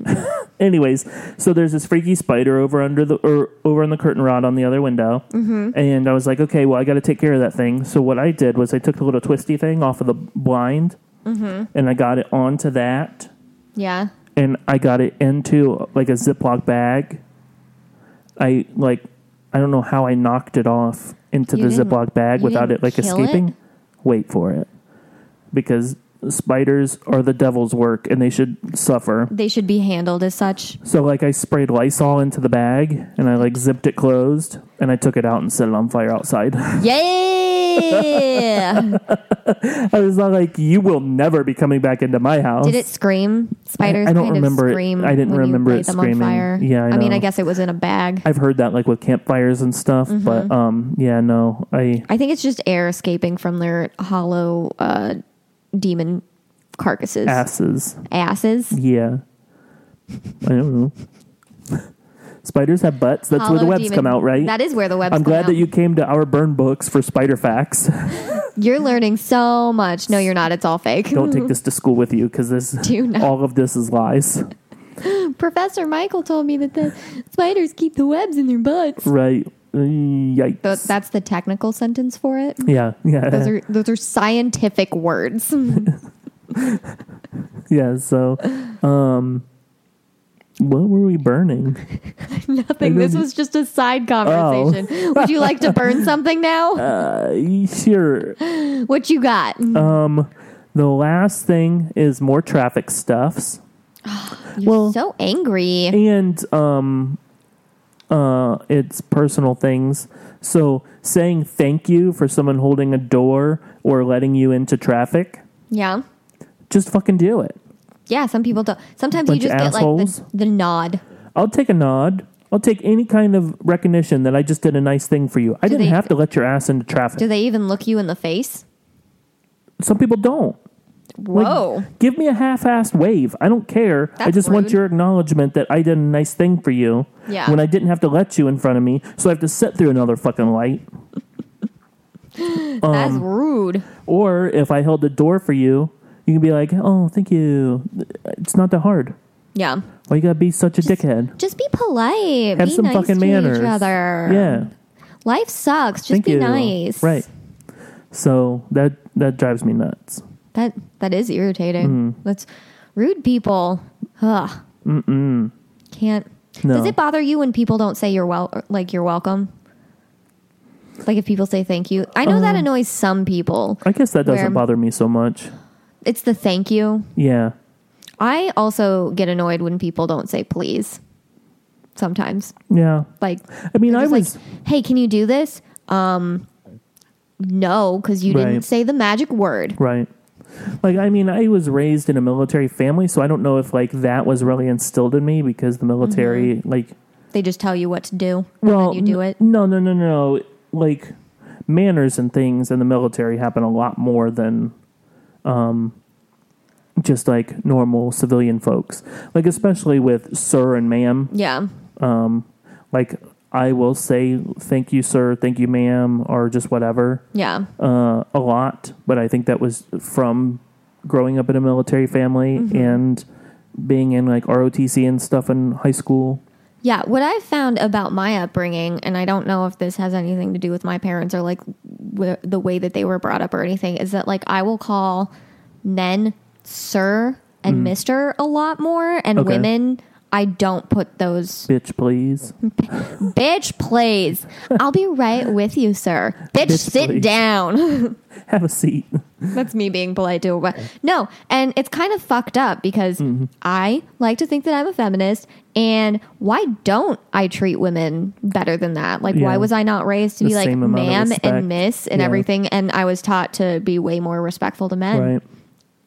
Speaker 2: anyways, so there's this freaky spider over under the or over on the curtain rod on the other window, mm-hmm. and I was like, okay, well, I got to take care of that thing. So what I did was I took the little twisty thing off of the blind, and I got it onto that,
Speaker 1: Yeah.
Speaker 2: and I got it into like a Ziploc bag. I like I don't know how I knocked it off into
Speaker 1: You
Speaker 2: the
Speaker 1: didn't-
Speaker 2: Ziploc bag
Speaker 1: you
Speaker 2: without
Speaker 1: didn't
Speaker 2: it like
Speaker 1: kill
Speaker 2: escaping.
Speaker 1: it?
Speaker 2: Wait for it. Because spiders are the devil's work and they should suffer.
Speaker 1: They should be handled as such.
Speaker 2: So like I sprayed Lysol into the bag and I like zipped it closed and I took it out and set it on fire outside. *laughs*
Speaker 1: Yeah.
Speaker 2: I was not like you will never be coming back into my house.
Speaker 1: Did it scream? Spiders
Speaker 2: I don't
Speaker 1: kind
Speaker 2: remember
Speaker 1: of
Speaker 2: it.
Speaker 1: scream.
Speaker 2: I didn't
Speaker 1: when you
Speaker 2: remember
Speaker 1: light
Speaker 2: it
Speaker 1: them
Speaker 2: screaming.
Speaker 1: On fire.
Speaker 2: Yeah, I
Speaker 1: mean,
Speaker 2: know.
Speaker 1: I guess it was in a bag. I,
Speaker 2: I've heard that like with campfires and stuff,
Speaker 1: Mm-hmm.
Speaker 2: but um yeah, no. I
Speaker 1: think it's just air escaping from their hollow uh, demon carcasses,
Speaker 2: asses.
Speaker 1: asses.
Speaker 2: Yeah. I don't know. Spiders have butts. That's where the
Speaker 1: Hollow
Speaker 2: webs
Speaker 1: demon-
Speaker 2: come out, right?
Speaker 1: That is where the webs.
Speaker 2: I'm
Speaker 1: come
Speaker 2: glad that
Speaker 1: out.
Speaker 2: you came to our burn books for spider facts. *laughs*
Speaker 1: You're learning so much. No, you're not. It's all fake.
Speaker 2: Don't take this to school with you because this
Speaker 1: *laughs* Do not.
Speaker 2: all of this is lies.
Speaker 1: Professor Michael told me that the spiders keep the webs in their butts.
Speaker 2: Right. Yikes.
Speaker 1: Th- that's the technical sentence for it.
Speaker 2: yeah, yeah.
Speaker 1: Those are those are scientific words.
Speaker 2: *laughs* yeah, so um what were we burning?
Speaker 1: *laughs* Nothing. This was just a side conversation. Would you like to
Speaker 2: *laughs*
Speaker 1: burn something now?
Speaker 2: Oh. Uh, sure.
Speaker 1: what you got?
Speaker 2: Um the last thing is more traffic stuffs.
Speaker 1: You're
Speaker 2: well- eh,
Speaker 1: so angry.
Speaker 2: and um uh it's personal things so saying thank you for someone holding a door or letting you into traffic
Speaker 1: Yeah.
Speaker 2: just fucking do it
Speaker 1: Yeah, some people don't. Sometimes
Speaker 2: Bunch
Speaker 1: you
Speaker 2: of
Speaker 1: just get like
Speaker 2: assholes.
Speaker 1: the, the nod.
Speaker 2: i'll take a nod i'll take any kind of recognition that i just did a nice thing for you i didn't
Speaker 1: they-
Speaker 2: have to let your ass into traffic
Speaker 1: Do they even look you in the face?
Speaker 2: some people don't Like,
Speaker 1: Whoa.
Speaker 2: give me a half-assed wave i don't care i
Speaker 1: That's
Speaker 2: just want
Speaker 1: rude.
Speaker 2: your acknowledgement that i did a nice thing for you
Speaker 1: Yeah.
Speaker 2: when i didn't have to let you in front of me so i have to sit through another fucking light um,
Speaker 1: That's rude.
Speaker 2: Or if I held the door for you, you can be like, "Oh, thank you." It's not that hard.
Speaker 1: Yeah.
Speaker 2: Why you gotta be such a dickhead?
Speaker 1: Just be polite.
Speaker 2: Have
Speaker 1: be
Speaker 2: some
Speaker 1: nice
Speaker 2: fucking
Speaker 1: to
Speaker 2: manners.
Speaker 1: each other.
Speaker 2: Yeah,
Speaker 1: Life sucks. Just
Speaker 2: thank
Speaker 1: be
Speaker 2: you.
Speaker 1: nice.
Speaker 2: Right. So that that drives me nuts.
Speaker 1: That that is irritating.
Speaker 2: Mm-hmm.
Speaker 1: That's rude people. Ugh. Mm-mm. Can't.
Speaker 2: No.
Speaker 1: Does it bother you when people don't say you're well, like you're welcome? Like if people say thank you, I know
Speaker 2: Uh-huh.
Speaker 1: that annoys some people.
Speaker 2: I guess that doesn't
Speaker 1: Where-
Speaker 2: bother me so much.
Speaker 1: It's the thank you.
Speaker 2: Yeah.
Speaker 1: I also get annoyed when people don't say please. Sometimes,
Speaker 2: Yeah.
Speaker 1: like
Speaker 2: I mean, I
Speaker 1: just
Speaker 2: was
Speaker 1: like, hey, can you do this? Um, no, because you didn't
Speaker 2: Right.
Speaker 1: say the magic word.
Speaker 2: right. Like I mean, I was raised in a military family, so I don't know if like that was really instilled in me because the military
Speaker 1: Mm-hmm.
Speaker 2: like
Speaker 1: They just tell you what to do.
Speaker 2: well,
Speaker 1: and then you do
Speaker 2: n-
Speaker 1: it.
Speaker 2: No, no, no, no. Like manners and things in the military happen a lot more than um just like normal civilian folks. Like especially with sir and ma'am.
Speaker 1: Yeah,
Speaker 2: Like I will say thank you sir, thank you ma'am or just whatever
Speaker 1: yeah.
Speaker 2: uh a lot, but I think that was from growing up in a military family
Speaker 1: Mm-hmm.
Speaker 2: and being in like ROTC and stuff in high school.
Speaker 1: Yeah, what I found about my upbringing, and I don't know if this has anything to do with my parents or like w- the way that they were brought up or anything, is that like I will call men sir and mister a lot more, and
Speaker 2: Mm. Okay.
Speaker 1: women, I don't put those.
Speaker 2: Bitch, please.
Speaker 1: Mm-hmm. Bitch, please. I'll be right with you, sir. Bitch,
Speaker 2: Bitch,
Speaker 1: sit
Speaker 2: please.
Speaker 1: down. *laughs*
Speaker 2: Have a seat.
Speaker 1: That's me being polite to a wo- No, and it's kind of fucked up because
Speaker 2: Mm-hmm.
Speaker 1: I like to think that I'm a feminist, and why don't I treat women better than that? Like,
Speaker 2: Yeah.
Speaker 1: why was I not raised to
Speaker 2: The
Speaker 1: be like
Speaker 2: same amount of
Speaker 1: ma'am
Speaker 2: respect.
Speaker 1: and miss and
Speaker 2: Yeah.
Speaker 1: everything? And I was taught to be way more respectful to men,
Speaker 2: Right. Mm.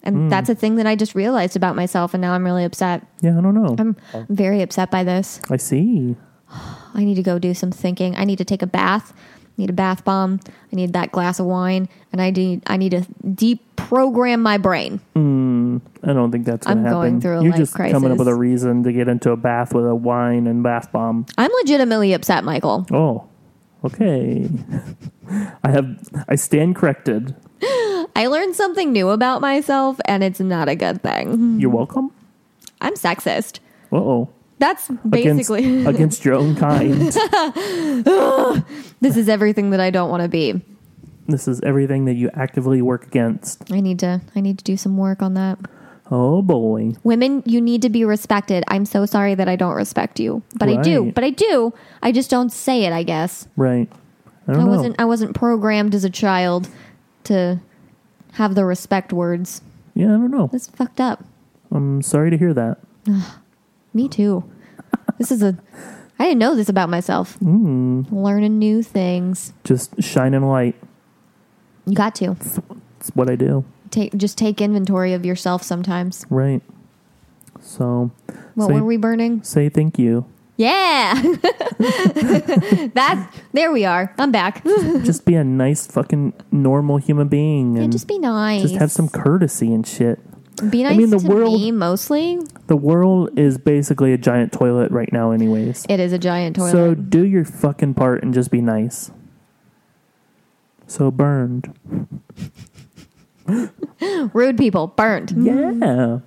Speaker 1: and that's a thing that I just realized about myself, and now I'm really upset.
Speaker 2: Yeah, I don't know.
Speaker 1: I'm I'm very upset by this.
Speaker 2: I see.
Speaker 1: I need to go do some thinking. I need to take a bath. I need a bath bomb. I need that glass of wine, and I need I need to deprogram my brain.
Speaker 2: I don't think that's going
Speaker 1: I'm
Speaker 2: to happen.
Speaker 1: going through a
Speaker 2: You're
Speaker 1: life
Speaker 2: just coming up
Speaker 1: crisis.
Speaker 2: with a reason to get into a bath with a wine and bath bomb.
Speaker 1: I'm legitimately upset, Michael.
Speaker 2: Oh, okay. *laughs* I have. I stand corrected.
Speaker 1: I learned something new about myself, and it's not a good thing.
Speaker 2: You're welcome.
Speaker 1: I'm sexist.
Speaker 2: Uh oh.
Speaker 1: That's basically
Speaker 2: against, *laughs* against your own kind.
Speaker 1: *laughs* this is everything that I don't want to be.
Speaker 2: this is everything that you actively work against.
Speaker 1: I need to I need to do some work on that.
Speaker 2: Oh boy.
Speaker 1: Women, you need to be respected. I'm so sorry that I don't respect you, but I do.
Speaker 2: Right.
Speaker 1: But I do. I just don't say it. I guess
Speaker 2: Right. I don't
Speaker 1: I
Speaker 2: know.
Speaker 1: wasn't I wasn't programmed as a child to have the respect words.
Speaker 2: yeah, I don't know.
Speaker 1: That's fucked up.
Speaker 2: I'm sorry to hear that.
Speaker 1: Me too. This is a. I didn't know this about myself.
Speaker 2: Mm-hmm.
Speaker 1: Learning new things.
Speaker 2: Hmm. Just shining light.
Speaker 1: You got to
Speaker 2: It's what I do.
Speaker 1: take just take inventory of yourself sometimes.
Speaker 2: Right. So,
Speaker 1: What
Speaker 2: say,
Speaker 1: were we burning?
Speaker 2: say thank you.
Speaker 1: Yeah, *laughs* that there we are. I'm back. yeah,
Speaker 2: just be a nice fucking normal human being and
Speaker 1: just be nice.
Speaker 2: just have some courtesy and shit.
Speaker 1: be nice
Speaker 2: mean, the
Speaker 1: to
Speaker 2: world-
Speaker 1: me mostly.
Speaker 2: The world is basically a giant toilet right now anyways.
Speaker 1: It is a giant toilet.
Speaker 2: So do your fucking part and just be nice. So burned.
Speaker 1: Rude people burned.
Speaker 2: Yeah.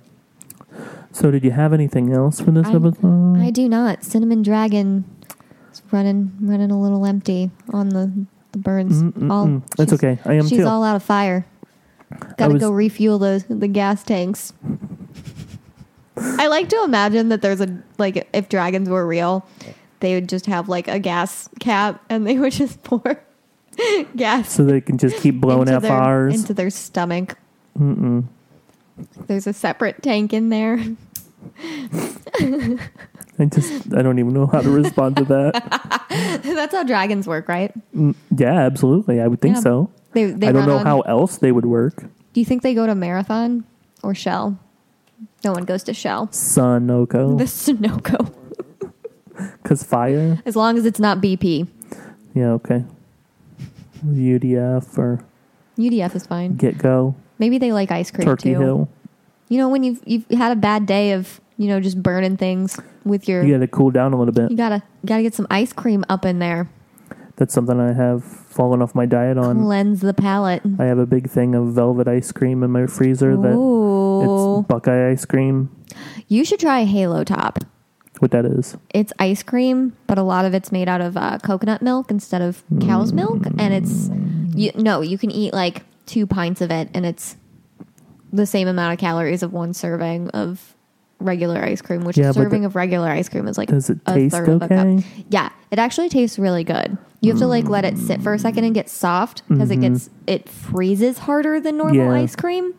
Speaker 2: So did you have anything else for this
Speaker 1: Mm. I-
Speaker 2: episode?
Speaker 1: I do not. Cinnamon dragon It's running, running a little empty on the, the burns. All, she's-
Speaker 2: It's okay. I am
Speaker 1: she's
Speaker 2: too.
Speaker 1: all out of fire. Gotta
Speaker 2: was-
Speaker 1: go refuel the the gas tanks. I like to imagine that there's a like if dragons were real, they would just have like a gas cap and they would *laughs* just pour gas
Speaker 2: so they can just keep blowing
Speaker 1: into
Speaker 2: out
Speaker 1: their,
Speaker 2: fires.
Speaker 1: into their stomach. Mm-mm. There's a separate tank in there. *laughs*
Speaker 2: I just I don't even know how to respond
Speaker 1: *laughs*
Speaker 2: to that. Mm,
Speaker 1: That's how dragons work, right?
Speaker 2: Yeah, absolutely. I would think
Speaker 1: Yeah.
Speaker 2: so.
Speaker 1: They they
Speaker 2: I don't
Speaker 1: run
Speaker 2: know
Speaker 1: on-
Speaker 2: how else they would work.
Speaker 1: Do you think they go to marathon or shell? No one goes to shell. The
Speaker 2: Sunoco,
Speaker 1: Sunoco.
Speaker 2: because fire.
Speaker 1: As long as it's not BP.
Speaker 2: Yeah, okay. UDF or
Speaker 1: UDF is fine.
Speaker 2: Get Go,
Speaker 1: Maybe they like ice cream
Speaker 2: Turkey
Speaker 1: too.
Speaker 2: Hill.
Speaker 1: You know when you've you've had a bad day of you know just burning things with your
Speaker 2: You got to cool down a little bit.
Speaker 1: you gotta gotta get some ice cream up in there
Speaker 2: That's something I have fallen off my diet on.
Speaker 1: cleanse the palate.
Speaker 2: I have a big thing of velvet ice cream in my freezer that
Speaker 1: Ooh,
Speaker 2: it's Buckeye ice cream.
Speaker 1: you should try Halo Top.
Speaker 2: What that is?
Speaker 1: It's ice cream, but a lot of it's made out of uh, coconut milk instead of cow's milk, and it's you no you can eat like two pints of it, and it's the same amount of calories of one serving of regular ice cream, which
Speaker 2: Yeah,
Speaker 1: a
Speaker 2: but
Speaker 1: serving
Speaker 2: the-
Speaker 1: of regular ice cream is like
Speaker 2: Does it
Speaker 1: a
Speaker 2: taste
Speaker 1: third of a cup.
Speaker 2: okay?
Speaker 1: Yeah, it actually tastes really good. You have to like let it sit for a second and get soft because it gets it freezes harder than normal
Speaker 2: Mm-hmm. Yeah.
Speaker 1: ice cream,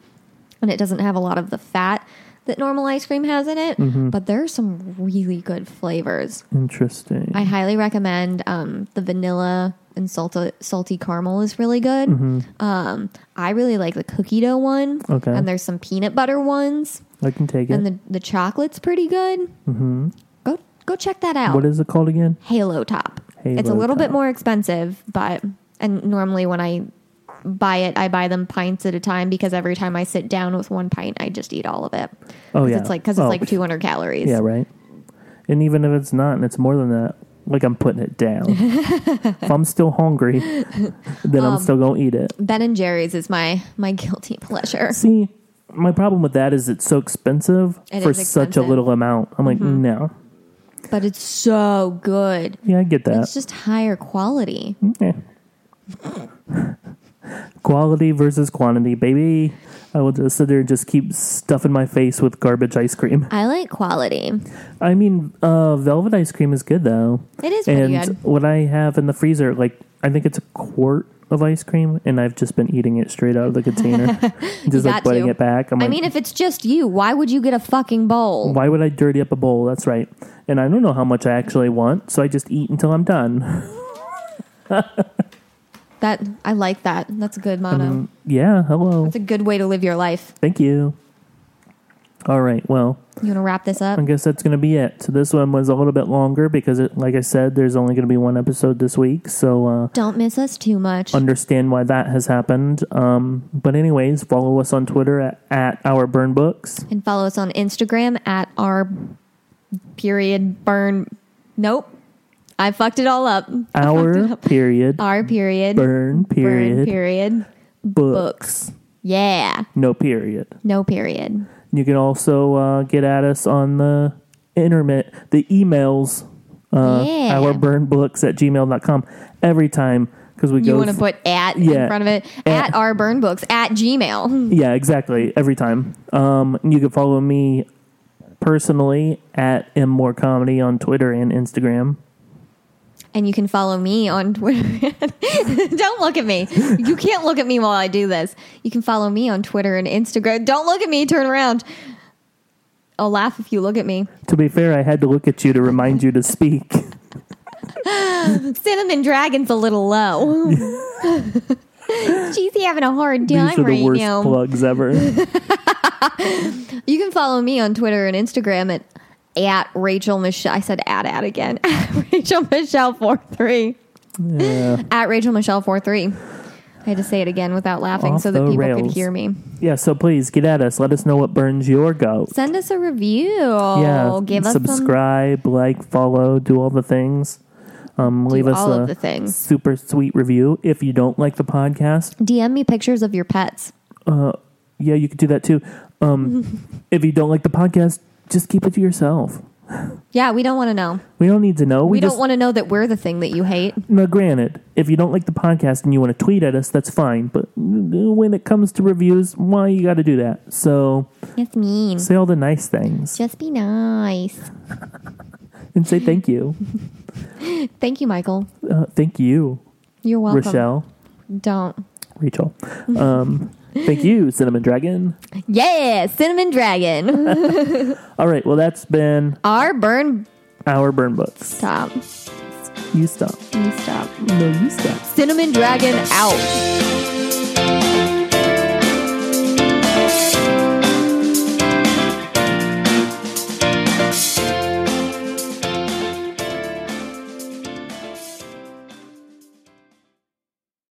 Speaker 1: and it doesn't have a lot of the fat that normal ice cream has in it.
Speaker 2: Mm-hmm.
Speaker 1: But there are some really good flavors.
Speaker 2: Interesting.
Speaker 1: I highly recommend um, the vanilla and salty salty caramel is really good. Um, I really like the cookie dough one.
Speaker 2: Mm-hmm. Okay.
Speaker 1: and there's some peanut butter ones,
Speaker 2: I can take
Speaker 1: and
Speaker 2: it.
Speaker 1: the the chocolate's pretty good. Mm-hmm. Go go check that out.
Speaker 2: What is it called again?
Speaker 1: Halo Top. it's a
Speaker 2: Halo
Speaker 1: little bit
Speaker 2: Top.
Speaker 1: more expensive, but and normally when I buy it, I buy them pints at a time because every time I sit down with one pint, I just eat all of it.
Speaker 2: Oh
Speaker 1: 'Cause
Speaker 2: yeah,
Speaker 1: it's like because it's
Speaker 2: Oh,
Speaker 1: like 200 calories.
Speaker 2: Yeah, right. And even if it's not, and it's more than that, like I'm putting it
Speaker 1: *laughs*
Speaker 2: down. if I'm still hungry, then
Speaker 1: Um,
Speaker 2: I'm still gonna eat it.
Speaker 1: Ben and Jerry's is my my guilty *laughs* pleasure.
Speaker 2: See, my problem with that is it's so expensive
Speaker 1: It
Speaker 2: for
Speaker 1: is
Speaker 2: such a
Speaker 1: expensive. Mm-hmm.
Speaker 2: little amount. I'm like, no,
Speaker 1: but it's so good.
Speaker 2: yeah, Mm-hmm. I get that.
Speaker 1: It's just higher quality.
Speaker 2: Yeah. Quality versus quantity, baby. I will just sit there and just keep stuffing my face with garbage ice cream.
Speaker 1: I like quality.
Speaker 2: I mean, uh, velvet ice cream is good though.
Speaker 1: It is pretty
Speaker 2: and
Speaker 1: good.
Speaker 2: what I have in the freezer, like I think it's a quart of ice cream, and I've just been eating it straight out of the
Speaker 1: *laughs*
Speaker 2: container, just like
Speaker 1: got
Speaker 2: putting
Speaker 1: to.
Speaker 2: it back. I'm
Speaker 1: I
Speaker 2: like,
Speaker 1: mean, if it's just you, why would you get a fucking bowl?
Speaker 2: why would I dirty up a bowl? That's right. And I don't know how much I actually want, so I just eat until I'm done. *laughs*
Speaker 1: That I like that. That's a good motto.
Speaker 2: Mm-hmm. yeah. Hello.
Speaker 1: It's a good way to live your life.
Speaker 2: Thank you. All right. Well,
Speaker 1: You want to wrap this up?
Speaker 2: I guess that's going to be it. So this one was a little bit longer because, it, like I said, there's only going to be one episode this week. So. uh
Speaker 1: Don't miss us too much.
Speaker 2: understand why that has happened. Um, but anyways, follow us on Twitter at, at our burn books.
Speaker 1: and follow us on Instagram at our period burn. Nope. I fucked it all up.
Speaker 2: Our period
Speaker 1: Our period
Speaker 2: burn period
Speaker 1: burn period.
Speaker 2: books.
Speaker 1: Yeah.
Speaker 2: No period.
Speaker 1: No period.
Speaker 2: You can also uh, get at us on the internet, the emails, uh,
Speaker 1: Yeah.
Speaker 2: our burn books at gmail.com every time because we
Speaker 1: You
Speaker 2: go.
Speaker 1: want to put at
Speaker 2: yeah.
Speaker 1: in front of it at,
Speaker 2: At-
Speaker 1: our burn books at
Speaker 2: *laughs*
Speaker 1: Gmail.
Speaker 2: yeah, exactly. Every time. Um, you can follow me personally at mmore comedy on Twitter and Instagram.
Speaker 1: And you can follow me on Twitter. *laughs* Don't look at me. You can't look at me while I do this. You can follow me on Twitter and Instagram. Don't look at me. Turn around. I'll laugh if you look at me.
Speaker 2: To be fair, I had to look at you to remind you to speak. *laughs*
Speaker 1: Cinnamon Dragon's a little
Speaker 2: *laughs*
Speaker 1: low. *laughs* She's having a hard time
Speaker 2: These are
Speaker 1: right
Speaker 2: the worst
Speaker 1: now.
Speaker 2: plugs ever.
Speaker 1: *laughs* You can follow me on Twitter and Instagram at at Rachel Michelle. I said at at again. *laughs* At Rachel Michelle four three.
Speaker 2: yeah.
Speaker 1: At Rachel Michelle four three. I had to say it again without laughing
Speaker 2: Off
Speaker 1: so that
Speaker 2: the
Speaker 1: people could
Speaker 2: rails.
Speaker 1: hear me.
Speaker 2: yeah, so please get at us. Let us know what burns your goat.
Speaker 1: Send us a review.
Speaker 2: yeah,
Speaker 1: Oh, give us some.
Speaker 2: subscribe, like, follow, do all the things. Um, leave us
Speaker 1: all
Speaker 2: a
Speaker 1: of the things.
Speaker 2: super sweet review if you don't like the podcast.
Speaker 1: DM me pictures of your pets. *laughs*
Speaker 2: Yeah, you could do that too. Um, if you don't like the podcast, just keep it to yourself.
Speaker 1: Yeah, we don't want to know.
Speaker 2: We don't need to know.
Speaker 1: We,
Speaker 2: We,
Speaker 1: don't
Speaker 2: just,
Speaker 1: want to know that we're the thing that you hate.
Speaker 2: Now, granted, if you don't like the podcast and you want to tweet at us, that's fine. But when it comes to reviews, why you got to do that? So
Speaker 1: It's mean.
Speaker 2: say all the nice things
Speaker 1: Just be nice.
Speaker 2: and say thank you.
Speaker 1: Thank you, Michael.
Speaker 2: Uh, thank you,
Speaker 1: You're welcome.
Speaker 2: Rochelle,
Speaker 1: Don't.
Speaker 2: Rachel. Um, thank you, Cinnamon Dragon.
Speaker 1: Yeah, Cinnamon Dragon.
Speaker 2: All right. Well, that's been
Speaker 1: Our burn
Speaker 2: our burn books.
Speaker 1: stop.
Speaker 2: You stop.
Speaker 1: You stop.
Speaker 2: No, you stop.
Speaker 1: Cinnamon Dragon out.